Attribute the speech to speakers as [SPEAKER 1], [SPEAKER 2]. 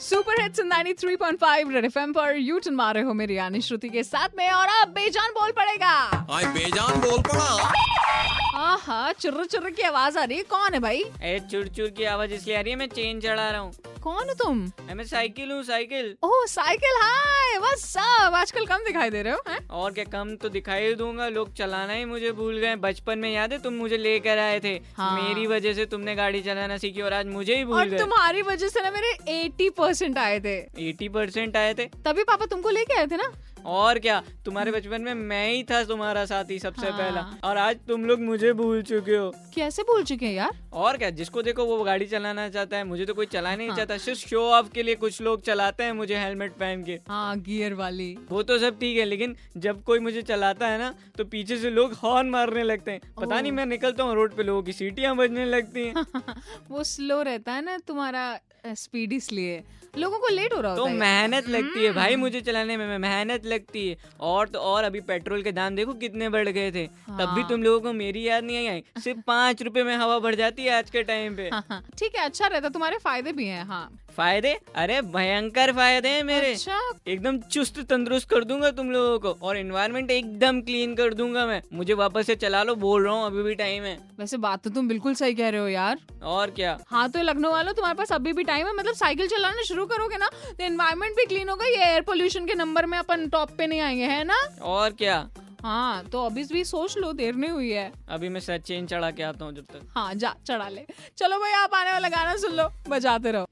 [SPEAKER 1] Super hits 93.5 red FM पर U turn मारे हो मेरी यानी श्रुति के साथ में और अब बेजान बोल पड़ेगा
[SPEAKER 2] आए बेजान बोल पड़ा
[SPEAKER 1] आहा चुर्र चुर्र की आवाज आ रही है कौन है भाई
[SPEAKER 3] ए चुर चुर की आवाज इसलिए आ रही है मैं चेन चढ़ा रहा हूँ
[SPEAKER 1] कौन हो तुम
[SPEAKER 3] ए, मैं साइकिल हूँ cycle
[SPEAKER 1] oh cycle hi what's up आजकल कम दिखाई दे रहे हो हैं?
[SPEAKER 3] और क्या कम तो दिखाई दूंगा लोग चलाना ही मुझे भूल गए बचपन में याद है तुम मुझे लेकर आए थे
[SPEAKER 1] हाँ।
[SPEAKER 3] मेरी वजह से तुमने गाड़ी चलाना सीखी और आज मुझे ही भूल
[SPEAKER 1] और
[SPEAKER 3] गए
[SPEAKER 1] तुम्हारी वजह से ना मेरे 80 परसेंट आए थे
[SPEAKER 3] एटी परसेंट आए थे
[SPEAKER 1] तभी पापा तुमको लेके आए थे ना
[SPEAKER 3] और क्या तुम्हारे बचपन में मैं ही था तुम्हारा साथी सबसे
[SPEAKER 1] हाँ।
[SPEAKER 3] पहला और आज तुम लोग मुझे भूल चुके हो
[SPEAKER 1] कैसे भूल चुके हैं यार
[SPEAKER 3] और क्या जिसको देखो वो गाड़ी चलाना चाहता है मुझे तो कोई चलाना ही
[SPEAKER 1] हाँ।
[SPEAKER 3] चाहता सिर्फ शो ऑफ के लिए कुछ लोग चलाते हैं मुझे हेलमेट पहन के
[SPEAKER 1] हाँ गियर वाली
[SPEAKER 3] वो तो सब ठीक है लेकिन जब कोई मुझे चलाता है ना तो पीछे से लोग हॉर्न मारने लगते हैं पता
[SPEAKER 1] ओह। हाँ।
[SPEAKER 3] नहीं मैं निकलता हूँ रोड पे लोगों की सीटियाँ बजने लगती हैं तो
[SPEAKER 1] वो स्लो रहता है ना तुम्हारा स्पीड इसलिए लोगों को लेट हो रहा
[SPEAKER 3] तो
[SPEAKER 1] होता है
[SPEAKER 3] मेहनत लगती है
[SPEAKER 1] हम्म।
[SPEAKER 3] भाई मुझे चलाने में मेहनत लगती है और तो और अभी पेट्रोल के दाम देखो कितने बढ़ गए थे तब भी
[SPEAKER 1] हाँ।
[SPEAKER 3] तुम लोगों को मेरी याद नहीं आई सिर्फ पाँच रुपए में हवा बढ़ जाती है आज के टाइम पे
[SPEAKER 1] हाँ, हाँ, ठीक है अच्छा रहता तुम्हारे फायदे भी हैं हाँ
[SPEAKER 3] फायदे अरे भयंकर फायदे हैं मेरे
[SPEAKER 1] अच्छा
[SPEAKER 3] एकदम चुस्त तंदुरुस्त कर दूंगा तुम लोगों को और एनवायरनमेंट एकदम क्लीन कर दूंगा मैं मुझे वापस से चला लो बोल रहा हूँ अभी भी टाइम है
[SPEAKER 1] वैसे बात तो तुम बिल्कुल सही कह रहे हो यार
[SPEAKER 3] और क्या
[SPEAKER 1] हाँ तो लखनऊ वालों तुम्हारे पास अभी भी टाइम है मतलब साइकिल चलाना शुरू करोगे ना तो एनवायरमेंट भी क्लीन होगा ये एयर पोल्यूशन के नंबर में अपन टॉप पे नहीं आएंगे है ना
[SPEAKER 3] और क्या
[SPEAKER 1] हाँ तो अभी भी सोच लो देर नहीं हुई है
[SPEAKER 3] अभी मैं सच चेन चढ़ा के आता हूँ जब तक
[SPEAKER 1] हाँ जा चढ़ा ले चलो भाई आप आने वाला गाना सुन लो बजाते रहो